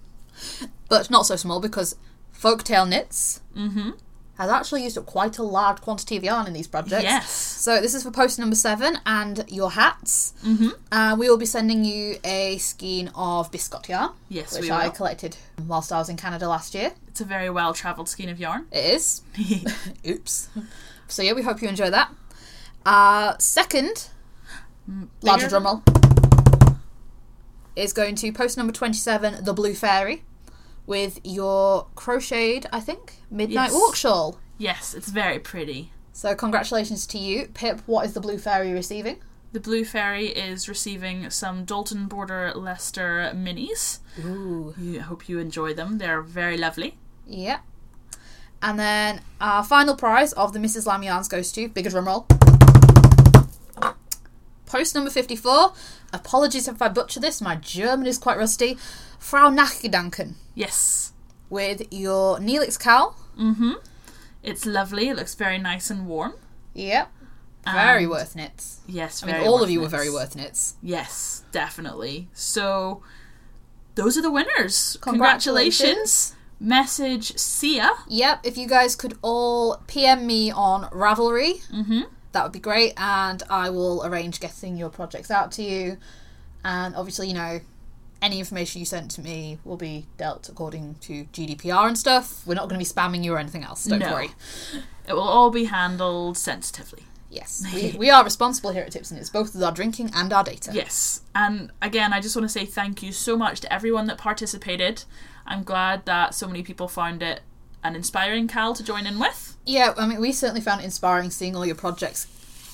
Speaker 1: But not so small because Folktale Knits
Speaker 2: Mm-hmm.
Speaker 1: has actually used up quite a large quantity of yarn in these projects.
Speaker 2: yes,
Speaker 1: So this is for post number seven and your hats. Mm-hmm. Uh, we will be sending you a skein of biscot yarn,
Speaker 2: yes,
Speaker 1: which
Speaker 2: we
Speaker 1: I
Speaker 2: will.
Speaker 1: collected whilst I was in Canada last year.
Speaker 2: It's a very well travelled skein of yarn.
Speaker 1: It is. Oops. So yeah, we hope you enjoy that. Uh, second, larger
Speaker 2: bigger?
Speaker 1: drumroll, is going to post number twenty-seven, the Blue Fairy, with your crocheted, I think, midnight
Speaker 2: Yes.
Speaker 1: walk shawl.
Speaker 2: Yes, it's very pretty.
Speaker 1: So congratulations to you, Pip. What is the blue fairy receiving?
Speaker 2: The Blue Fairy is receiving some Dalton Border Leicester minis.
Speaker 1: Ooh,
Speaker 2: You- I hope you enjoy them. They're very lovely.
Speaker 1: yeah. And then our final prize of the Mrs. Lamyarns goes to bigger drum roll. Post number fifty-four. Apologies if I butcher this. My German is quite rusty. Frau Nachgedanken
Speaker 2: Yes.
Speaker 1: with your Neelix cowl.
Speaker 2: Mhm. It's lovely. It looks very nice and warm.
Speaker 1: Yep. Very
Speaker 2: And-
Speaker 1: worth knits.
Speaker 2: Yes,
Speaker 1: I mean,
Speaker 2: very
Speaker 1: all
Speaker 2: worth
Speaker 1: of you were
Speaker 2: it.
Speaker 1: very worth knits.
Speaker 2: Yes, definitely. So those are the winners.
Speaker 1: Congratulations.
Speaker 2: Congratulations. Message Sia.
Speaker 1: Yep, if you guys could all PM me on Ravelry,
Speaker 2: Mm-hmm.
Speaker 1: that would be great, and I will arrange getting your projects out to you. And obviously, you know, any information you sent to me will be dealt according to GDPR and stuff. We're not going to be spamming you or anything else, don't
Speaker 2: No.
Speaker 1: worry.
Speaker 2: It will all be handled sensitively.
Speaker 1: Yes, we, we are responsible here at Tips and It's both with our drinking and our data.
Speaker 2: Yes. And again, I just want to say thank you so much to everyone that participated. I'm glad that so many people found it an inspiring Cal to join in with.
Speaker 1: Yeah, I mean, we certainly found it inspiring seeing all your projects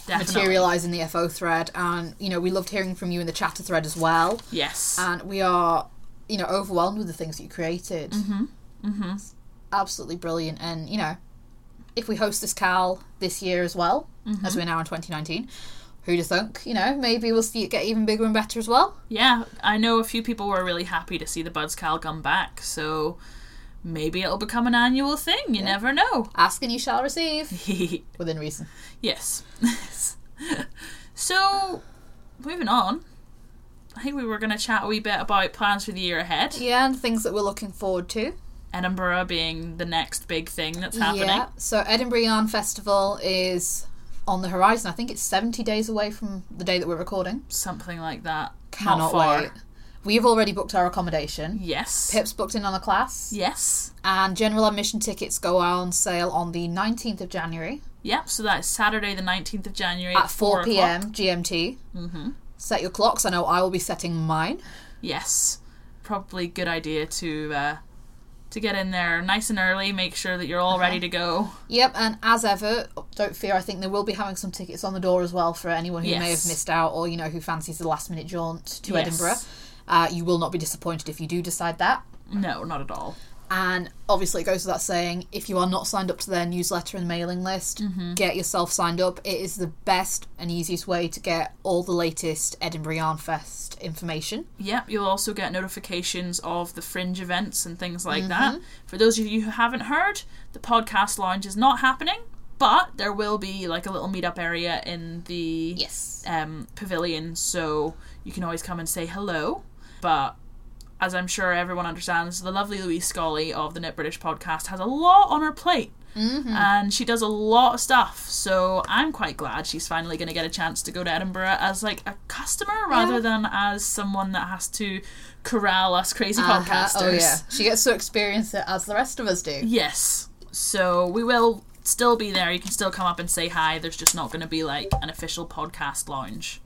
Speaker 2: Definitely.
Speaker 1: materialise in the FO thread, and, you know, we loved hearing from you in the chatter thread as well.
Speaker 2: Yes.
Speaker 1: and we are you know overwhelmed with the things that you created mm-hmm. Mm-hmm. absolutely brilliant and you know if we host this cal this year as well as we're now in 2019 who'd have thunk you know maybe we'll see it get even bigger and better as well
Speaker 2: yeah, I know a few people were really happy to see the Buds Cal come back, so maybe it'll become an annual thing. You never know.
Speaker 1: ask and you shall receive within reason
Speaker 2: Yes. so, moving on, I think we were going to chat a wee bit about plans for the year ahead.
Speaker 1: yeah and things that we're looking forward to
Speaker 2: Edinburgh being the next big thing that's happening.
Speaker 1: yeah so edinburgh yarn festival is on the horizon i think it's 70 days away from the day that we're recording
Speaker 2: Something like that. Not
Speaker 1: cannot
Speaker 2: far.
Speaker 1: wait we've already booked our accommodation
Speaker 2: Yes.
Speaker 1: pip's booked in on a class
Speaker 2: Yes.
Speaker 1: And general admission tickets go on sale on the 19th of January
Speaker 2: Yep, so that's Saturday the 19th of January
Speaker 1: at 4
Speaker 2: o'clock.
Speaker 1: pm GMT. Mm-hmm. Set your clocks. I know I will be setting mine.
Speaker 2: Yes. Probably good idea to uh, to get in there nice and early, make sure that you're
Speaker 1: Uh-huh.
Speaker 2: all ready to go.
Speaker 1: Yep, and as ever, don't fear, I think they will be having some tickets on the door as well for anyone who may have
Speaker 2: Yes.
Speaker 1: missed out or, you know, who fancies the last minute jaunt to
Speaker 2: Yes.
Speaker 1: Edinburgh. Uh, you will not be disappointed if you do decide that.
Speaker 2: No, not at all.
Speaker 1: And obviously, it goes without saying if you are not signed up to their newsletter and mailing list,
Speaker 2: Mm-hmm.
Speaker 1: get yourself signed up. It is the best and easiest way to get all the latest Edinburgh Yarn Fest information.
Speaker 2: Yep, you'll also get notifications of the fringe events and things like that.
Speaker 1: Mm-hmm.
Speaker 2: For those of you who haven't heard, the podcast lounge is not happening, but there will be like a little meetup area in the
Speaker 1: Yes.
Speaker 2: um, pavilion, so you can always come and say hello. But as I'm sure everyone understands, the lovely Louise Scully of the Knit British podcast has a lot on her plate.
Speaker 1: Mm-hmm.
Speaker 2: And she does a lot of stuff, so I'm quite glad she's finally going to get a chance to go to Edinburgh as like a customer rather than as someone that has to corral us crazy podcasters.
Speaker 1: Oh, yeah. She gets to experience it as the rest of us do.
Speaker 2: Yes. So we will still be there. You can still come up and say hi. There's just not going to be like an official podcast lounge.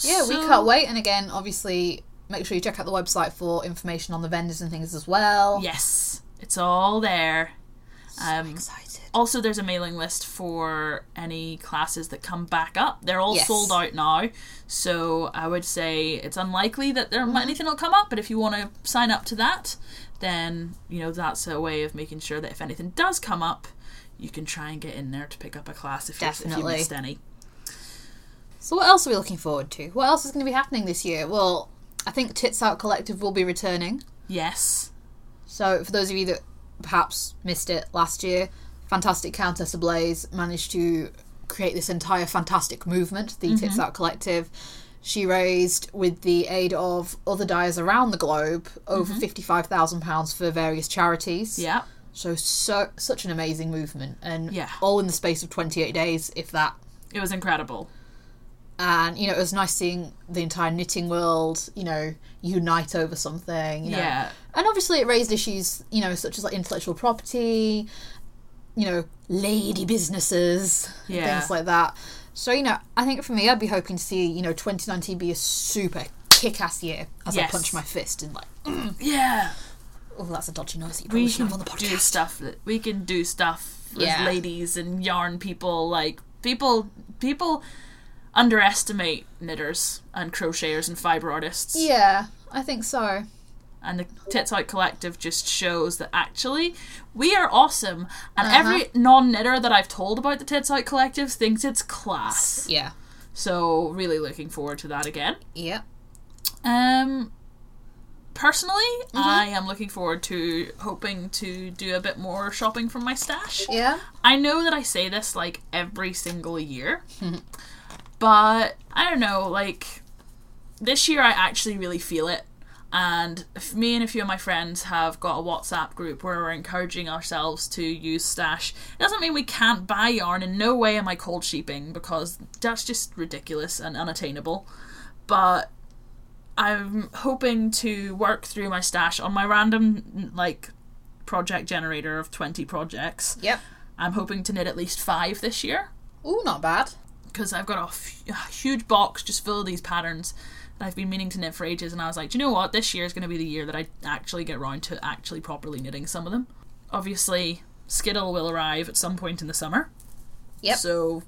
Speaker 1: Yeah, we
Speaker 2: So-
Speaker 1: can't wait. And again, obviously, make sure you check out the website for information on the vendors and things as well.
Speaker 2: Yes, it's all there. Um,
Speaker 1: Excited.
Speaker 2: also, there's a mailing list for any classes that come back up. They're all
Speaker 1: Yes.
Speaker 2: sold out now, so I would say it's unlikely that there
Speaker 1: Mm-hmm.
Speaker 2: might anything will come up. But if you want to sign up to that, then you know that's a way of making sure that if anything does come up, you can try and get in there to pick up a class if, you- if you
Speaker 1: Definitely.
Speaker 2: missed any.
Speaker 1: So, what else are we looking forward to? What else is going to be happening this year? Well, I think Tits Out Collective will be returning.
Speaker 2: Yes,
Speaker 1: So, for those of you that perhaps missed it last year, Fantastic Countess Ablaze managed to create this entire fantastic movement, the
Speaker 2: Mm-hmm.
Speaker 1: Tits Out Collective. She raised, with the aid of other dyers around the globe, over £55,000 for various charities.
Speaker 2: Mm-hmm. yeah,
Speaker 1: So, so, such an amazing movement. And
Speaker 2: Yeah.
Speaker 1: all in the space of 28 days, if that
Speaker 2: it was incredible.
Speaker 1: and you know it was nice seeing the entire knitting world you know unite over something you know.
Speaker 2: Yeah.
Speaker 1: and obviously it raised issues you know such as like intellectual property you know lady businesses
Speaker 2: Yeah.
Speaker 1: things like that so you know i think for me i'd be hoping to see you know 2019 be a super kick-ass year as i
Speaker 2: Yes.
Speaker 1: punch my fist and like
Speaker 2: Yeah,
Speaker 1: Oh, that's a dodgy noise that you probably
Speaker 2: we
Speaker 1: shouldn't
Speaker 2: can
Speaker 1: have on the
Speaker 2: do
Speaker 1: podcast.
Speaker 2: stuff. That, we can do stuff
Speaker 1: Yeah.
Speaker 2: as ladies and yarn people. Like people, people underestimate knitters and crocheters and fiber artists.
Speaker 1: Yeah, I think so.
Speaker 2: And the Tits Out Collective just shows that actually we are awesome. And
Speaker 1: Uh-huh.
Speaker 2: every non knitter that I've told about the Tits Out Collective thinks it's class.
Speaker 1: Yeah.
Speaker 2: So really looking forward to that again.
Speaker 1: Yeah.
Speaker 2: Um, personally,
Speaker 1: Mm-hmm.
Speaker 2: I am looking forward to hoping to do a bit more shopping from my stash.
Speaker 1: Yeah.
Speaker 2: I know that I say this like every single year, but I don't know. Like this year, I actually really feel it. And if me and a few of my friends have got a WhatsApp group where we're encouraging ourselves to use stash. It doesn't mean we can't buy yarn. In no way am I cold sheeping because that's just ridiculous and unattainable. But I'm hoping to work through my stash on my random like project generator of 20 projects.
Speaker 1: Yep.
Speaker 2: I'm hoping to knit at least five this year
Speaker 1: Oh, not bad.
Speaker 2: because I've got a, f- a huge box just full of these patterns that I've been meaning to knit for ages. And I was like, do you know what? This year is going to be the year that I actually get round to actually properly knitting some of them. Obviously, Skittle will arrive at some point in the summer.
Speaker 1: Yep.
Speaker 2: So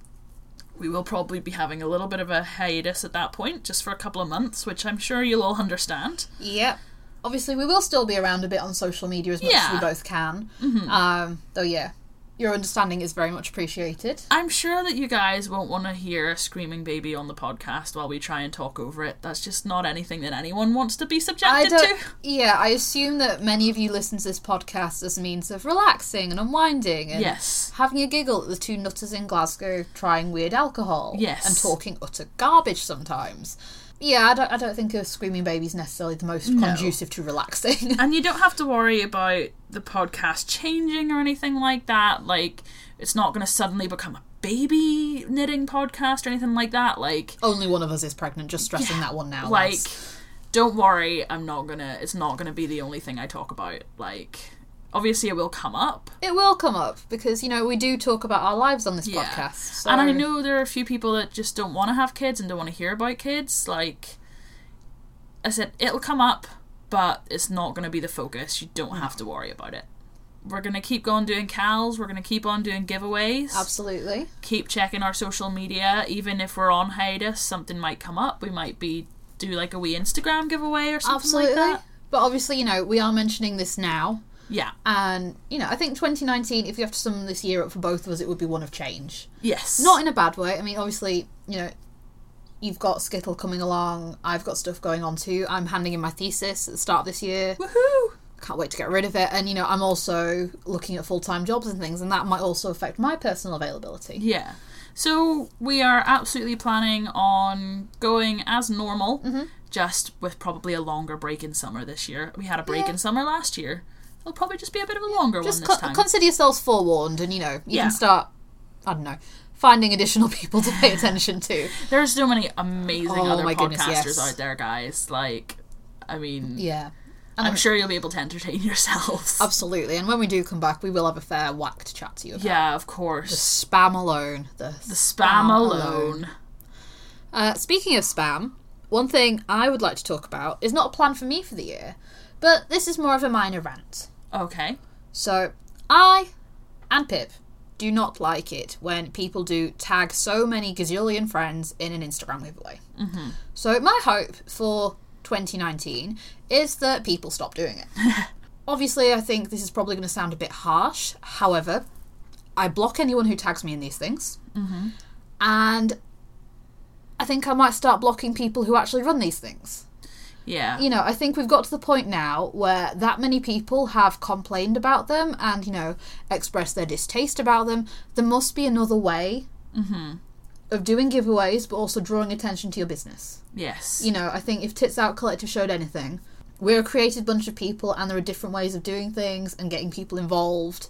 Speaker 2: we will probably be having a little bit of a hiatus at that point, just for a couple of months, which I'm sure you'll all understand.
Speaker 1: Yep. Obviously, we will still be around a bit on social media as much as we
Speaker 2: Yeah. Mm-hmm.
Speaker 1: both can. Um, though, yeah, your understanding is very much appreciated.
Speaker 2: I'm sure that you guys won't want to hear a screaming baby on the podcast while we try and talk over it. That's just not anything that anyone wants to be
Speaker 1: I
Speaker 2: subjected to.
Speaker 1: don't. Yeah, I assume that many of you listen to this podcast as a means of relaxing and unwinding and
Speaker 2: Yes.
Speaker 1: having a giggle at the two nutters in Glasgow trying weird alcohol.
Speaker 2: Yes.
Speaker 1: And talking utter garbage sometimes. Yeah, I don't, I don't think a screaming baby's necessarily the most conducive to relaxing.
Speaker 2: And you don't have to worry about the podcast changing or anything like that. Like, it's not going to suddenly become a baby knitting podcast or anything like that. Like,
Speaker 1: Only one of us is pregnant, just stressing that one now.
Speaker 2: like
Speaker 1: lads.
Speaker 2: don't worry i'm not gonna it's not gonna be the only thing i talk about like obviously it will come up
Speaker 1: It will come up because, you know, we do talk about our lives on this
Speaker 2: Yeah.
Speaker 1: podcast. So.
Speaker 2: and i know there are a few people that just don't want to have kids and don't want to hear about kids like i said it'll come up but it's not gonna be the focus you don't have to worry about it we're gonna keep on doing cals we're gonna keep on doing giveaways
Speaker 1: Absolutely.
Speaker 2: keep checking our social media even if we're on hiatus something might come up we might be do like a wee instagram giveaway or something
Speaker 1: Absolutely.
Speaker 2: like that
Speaker 1: But obviously, you know, we are mentioning this now.
Speaker 2: yeah
Speaker 1: And, you know, I think 2019, if you have to sum this year up for both of us, it would be one of change.
Speaker 2: yes
Speaker 1: Not in a bad way. I mean, obviously, you know, you've got Skittle coming along. I've got stuff going on too. I'm handing in my thesis at the start of this year.
Speaker 2: Woohoo!
Speaker 1: Can't wait to get rid of it. And, you know, I'm also looking at full time jobs and things, and that might also affect my personal availability.
Speaker 2: Yeah. So we are absolutely planning on going as normal,
Speaker 1: Mm-hmm.
Speaker 2: just with probably a longer break in summer this year. We had a break in summer last year. It'll probably just be a bit of a longer
Speaker 1: Just
Speaker 2: one this
Speaker 1: con-
Speaker 2: time.
Speaker 1: consider yourselves forewarned, and, you know, you
Speaker 2: Yeah.
Speaker 1: can start, I don't know, finding additional people to pay attention to.
Speaker 2: There's so many amazing
Speaker 1: Oh
Speaker 2: other
Speaker 1: my
Speaker 2: podcasters
Speaker 1: goodness, yes.
Speaker 2: out there, guys. Like, I mean,
Speaker 1: Yeah. um,
Speaker 2: I'm sure you'll be able to entertain yourselves.
Speaker 1: Absolutely. And when we do come back, we will have a fair whack to chat to you about.
Speaker 2: yeah, of course.
Speaker 1: Spam alone. The
Speaker 2: The spam alone.
Speaker 1: Uh, speaking of spam, one thing I would like to talk about is not a plan for me for the year, but this is more of a minor rant.
Speaker 2: Okay.
Speaker 1: So, I and Pip do not like it when people do tag so many gazillion friends in an Instagram giveaway. Mm-hmm. So, my hope for 2019 is that people stop doing it. Obviously, I think this is probably going to sound a bit harsh. However, I block anyone who tags me in these things. Mm-hmm. And I think I might start blocking people who actually run these things
Speaker 2: Yeah.
Speaker 1: you know, I think we've got to the point now where that many people have complained about them and, you know, expressed their distaste about them. There must be another way of doing giveaways, but also drawing attention to your business.
Speaker 2: Yes.
Speaker 1: You know, I think if Tits Out Collective showed anything, we're a creative bunch of people and there are different ways of doing things and getting people involved.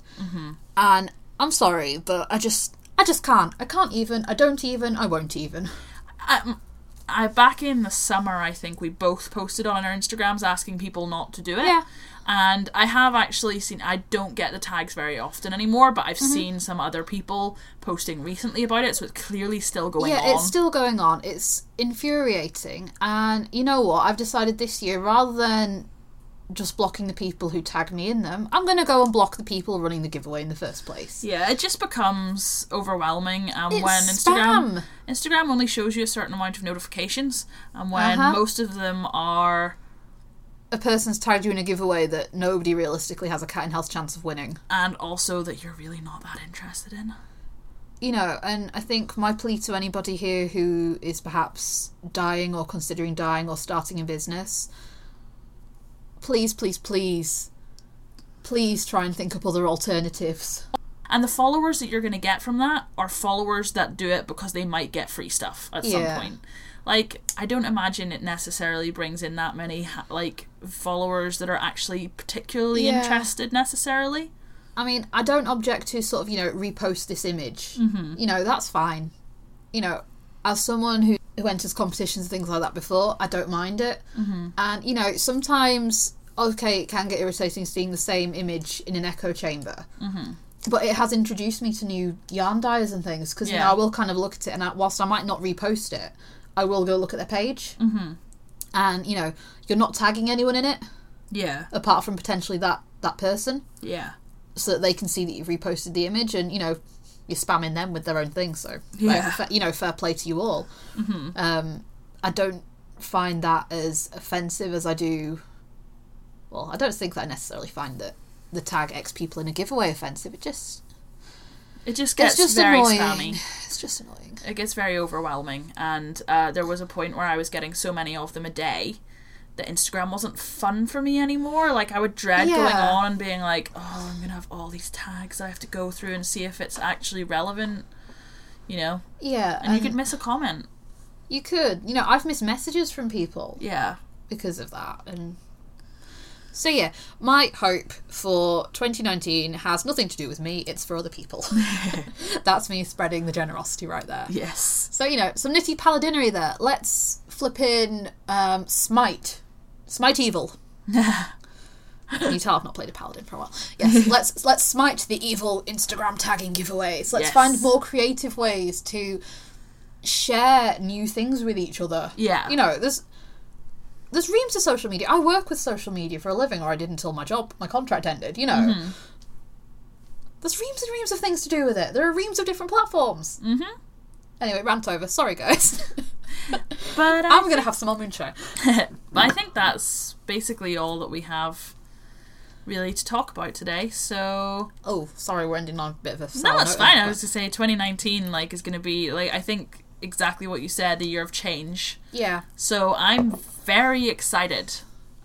Speaker 1: And I'm sorry, but I just. I just can't. I can't even. I don't even. I won't even.
Speaker 2: um, I back in the summer, I think we both posted on our Instagrams asking people not to do it.
Speaker 1: Yeah.
Speaker 2: And I have actually seen. I don't get the tags very often anymore, but I've
Speaker 1: Mm-hmm.
Speaker 2: seen some other people posting recently about it, so it's clearly still going
Speaker 1: yeah,
Speaker 2: on.
Speaker 1: it's still going on. It's infuriating. And you know what? I've decided this year rather than just blocking the people who tag me in them. I'm going to go and block the people running the giveaway in the first place.
Speaker 2: Yeah, it just becomes overwhelming um,
Speaker 1: It's
Speaker 2: when Instagram
Speaker 1: spam.
Speaker 2: Instagram only shows you a certain amount of notifications, and when
Speaker 1: Uh-huh.
Speaker 2: most of them are
Speaker 1: A person's tagged you in a giveaway that nobody realistically has a cat in hell's chance of winning.
Speaker 2: and also that you're really not that interested in.
Speaker 1: you know, and I think my plea to anybody here who is perhaps dying or considering dying or starting a business, please, please, please, please try and think up other alternatives.
Speaker 2: And the followers that you're going to get from that are followers that do it because they might get free stuff at
Speaker 1: Yeah.
Speaker 2: some point. Like, I don't imagine it necessarily brings in that many ha- like followers that are actually particularly
Speaker 1: Yeah.
Speaker 2: interested necessarily.
Speaker 1: I mean, I don't object to sort of, you know, repost this image. Mm-hmm. You know, that's fine. You know, as someone who, who enters competitions and things like that before, I don't mind it. Mm-hmm. And, you know, sometimes, okay, it can get irritating seeing the same image in an echo chamber. Mm-hmm. But it has introduced me to new yarn dyers and things because
Speaker 2: Yeah.
Speaker 1: now I will kind of look at it and I, whilst I might not repost it, I will go look at their page. Mm-hmm. And, you know, you're not tagging anyone in it
Speaker 2: Yeah.
Speaker 1: apart from potentially that, that person
Speaker 2: Yeah.
Speaker 1: so that they can see that you've reposted the image and you know you're spamming them with their own thing so like,
Speaker 2: Yeah. Mm-hmm.
Speaker 1: fa- you know fair play to you all um, i don't find that as offensive as i do well i don't think that i necessarily find that the tag x people in a giveaway offensive it just
Speaker 2: It just gets
Speaker 1: it's just
Speaker 2: very
Speaker 1: annoying
Speaker 2: spammy.
Speaker 1: it's just annoying
Speaker 2: it gets very overwhelming and uh, there was a point where i was getting so many of them a day that instagram wasn't fun for me anymore like i would dread going
Speaker 1: Yeah.
Speaker 2: on and being like oh i'm gonna have all these tags i have to go through and see if it's actually relevant you know
Speaker 1: yeah
Speaker 2: and you could miss a comment
Speaker 1: you could you know i've missed messages from people
Speaker 2: yeah
Speaker 1: because of that and so yeah my hope for 2019 has nothing to do with me it's for other people that's me spreading the generosity right there
Speaker 2: yes
Speaker 1: so you know some nitty paladinery there let's flip in um, smite smite evil you tell i've not played a paladin for a while yes let's let's smite the evil instagram tagging giveaways let's
Speaker 2: Yes.
Speaker 1: find more creative ways to share new things with each other
Speaker 2: yeah
Speaker 1: you know, there's there's reams of social media. I work with social media for a living, or I did until my job, my contract ended. You know,
Speaker 2: Mm-hmm.
Speaker 1: there's reams and reams of things to do with it. There are reams of different platforms. Mm-hmm. Anyway, rant over. Sorry, guys.
Speaker 2: but I,
Speaker 1: I'm gonna have some more moonshine.
Speaker 2: Um, but I think that's basically all that we have really to talk about today so
Speaker 1: Oh, sorry, we're ending on a bit of a. sour
Speaker 2: No, it's
Speaker 1: note,
Speaker 2: fine. I
Speaker 1: but-
Speaker 2: was to say 2019 like is going to be like I think exactly what you said, the year of change.
Speaker 1: Yeah,
Speaker 2: So I'm very excited.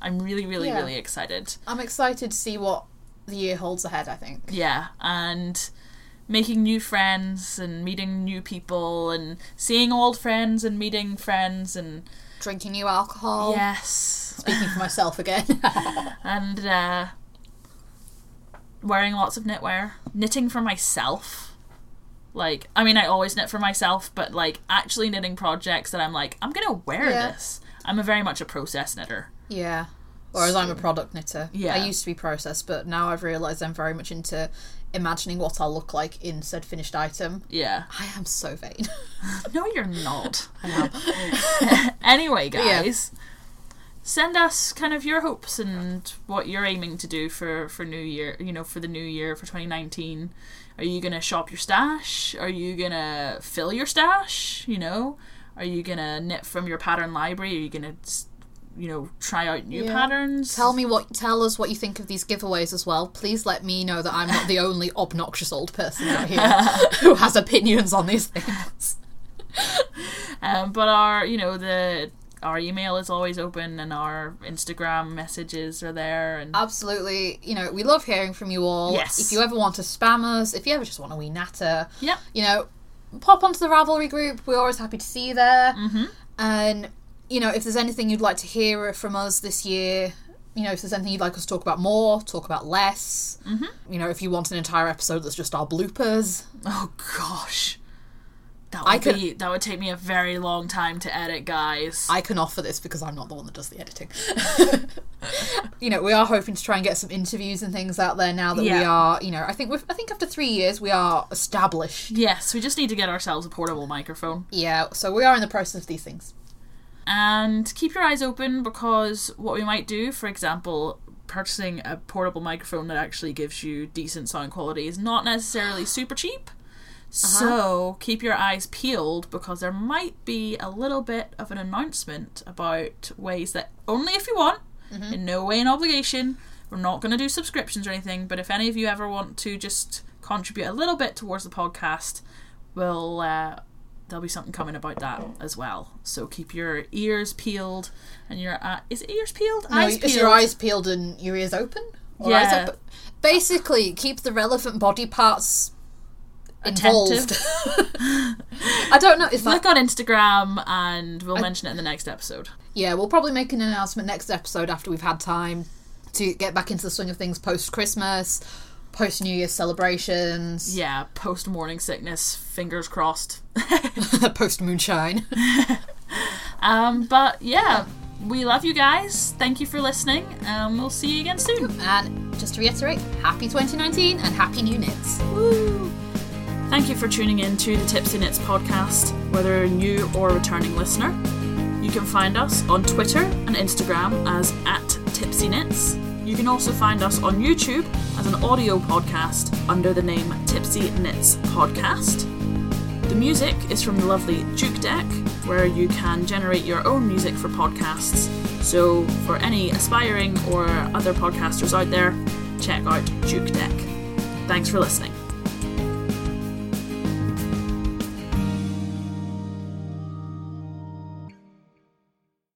Speaker 2: I'm really really
Speaker 1: Yeah.
Speaker 2: really excited.
Speaker 1: I'm excited to see what the year holds ahead. I think.
Speaker 2: Yeah, and making new friends and meeting new people and seeing old friends and meeting friends and
Speaker 1: Drinking new alcohol.
Speaker 2: yes,
Speaker 1: Speaking for myself again.
Speaker 2: and uh wearing lots of knitwear, knitting for myself. Like, I mean, I always knit for myself, but like actually knitting projects that I'm like, I'm gonna wear
Speaker 1: Yeah.
Speaker 2: this. I'm a very much a process knitter.
Speaker 1: Yeah. Whereas I'm a product knitter.
Speaker 2: Yeah.
Speaker 1: I used to be process, but now I've realised I'm very much into imagining what I'll look like in said finished item.
Speaker 2: Yeah.
Speaker 1: I am so vain.
Speaker 2: No, you're not. anyway,
Speaker 1: yeah.
Speaker 2: guys, send us kind of your hopes and what you're aiming to do for for New Year. You know, for the new year for 2019. Are you gonna shop your stash? Are you gonna fill your stash? You know, are you gonna knit from your pattern library? Are you gonna, s- you know, try out new
Speaker 1: Yeah.
Speaker 2: patterns?
Speaker 1: tell me what tell us what you think of these giveaways as well. Please let me know that I'm not the only obnoxious old person out here who has opinions on these things.
Speaker 2: Um, but our, you know, the our email is always open and our Instagram messages are there
Speaker 1: Uh,
Speaker 2: and
Speaker 1: Absolutely, you know, we love hearing from you all.
Speaker 2: Yes.
Speaker 1: If you ever want to spam us, if you ever just want a wee natter,
Speaker 2: yep.
Speaker 1: you know, pop onto the Ravelry group. We're always happy to see you there. And, you know, if there's anything you'd like to hear from us this year, you know, if there's anything you'd like us to talk about more, talk about less, mm-hmm. you know, if you want an entire episode that's just our bloopers,
Speaker 2: Oh gosh. That would
Speaker 1: I could-
Speaker 2: be that would take me a very long time to edit, guys.
Speaker 1: I can offer this because I'm not the one that does the editing. you know, we are hoping to try and get some interviews and things out there now that we
Speaker 2: Yeah.
Speaker 1: are, you know, I think we've, I think after three years we are established.
Speaker 2: yes, we just need to get ourselves a portable microphone.
Speaker 1: Yeah, so we are in the process of these things.
Speaker 2: And keep your eyes open because what we might do, for example, purchasing a portable microphone that actually gives you decent sound quality is not necessarily super cheap.
Speaker 1: Uh-huh.
Speaker 2: So keep your eyes peeled because there might be a little bit of an announcement about ways that only if you want,
Speaker 1: Mm-hmm.
Speaker 2: in no way an obligation. We're not going to do subscriptions or anything, but if any of you ever want to just contribute a little bit towards the podcast, we'll uh, there'll be something coming about that as well. So keep your ears peeled and your uh, is it ears peeled?
Speaker 1: No, is your eyes peeled and your ears open? Or eyes
Speaker 2: Yeah.
Speaker 1: open? Basically, keep the relevant body parts
Speaker 2: Attentive.
Speaker 1: involved. I don't know. Is that
Speaker 2: Look on Instagram and we'll mention it in the next episode.
Speaker 1: Yeah, we'll probably make an announcement next episode after we've had time to get back into the swing of things post Christmas, post New Year's celebrations,
Speaker 2: Yeah, post morning sickness, fingers crossed.
Speaker 1: post moonshine.
Speaker 2: um, but yeah, we love you guys. Thank you for listening, and we'll see you again soon.
Speaker 1: and just to reiterate, happy 2019 and happy new knits.
Speaker 2: Woo! Thank you for tuning in to the Tipsy Knits podcast, whether a new or returning listener. You can find us on Twitter and Instagram as at Tipsy Knits. You can also find us on YouTube as an audio podcast under the name Tipsy Knits Podcast. The music is from the lovely Duke Deck, where you can generate your own music for podcasts. So, for any aspiring or other podcasters out there, check out Duke Deck. Thanks for listening.